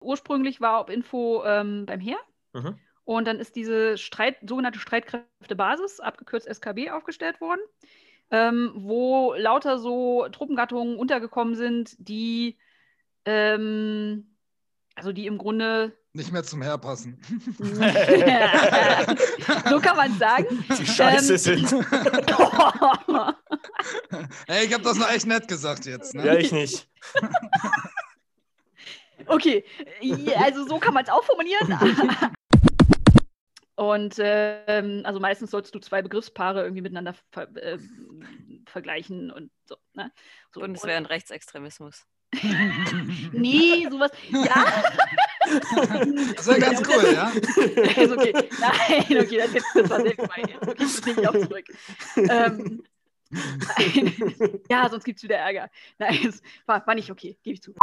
ursprünglich war Obinfo ähm, beim Heer. Mhm. Und dann ist diese Streit, sogenannte Streitkräftebasis, abgekürzt SKB, aufgestellt worden, ähm, wo lauter so Truppengattungen untergekommen sind, die, ähm, also die im Grunde, Nicht mehr zum Herpassen. so kann man sagen. Die scheiße Ähm, sind. Ey, ich habe das noch echt nett gesagt jetzt. Ne? Ja, ich nicht. Okay, ja, also so kann man es auch formulieren. Und ähm, also meistens sollst du zwei Begriffspaare irgendwie miteinander ver äh, vergleichen und so. Ne? so Bundeswehr und Rechtsextremismus. Und, nee, sowas. Ja. Das wäre ganz cool, ja? Ist okay. Nein, okay, das, jetzt, das war sehr gemein jetzt. Okay, das nehme ich auch zurück. Ähm, nein. Ja, sonst gibt es wieder Ärger. Nein, es war, war nicht okay, gebe ich zu.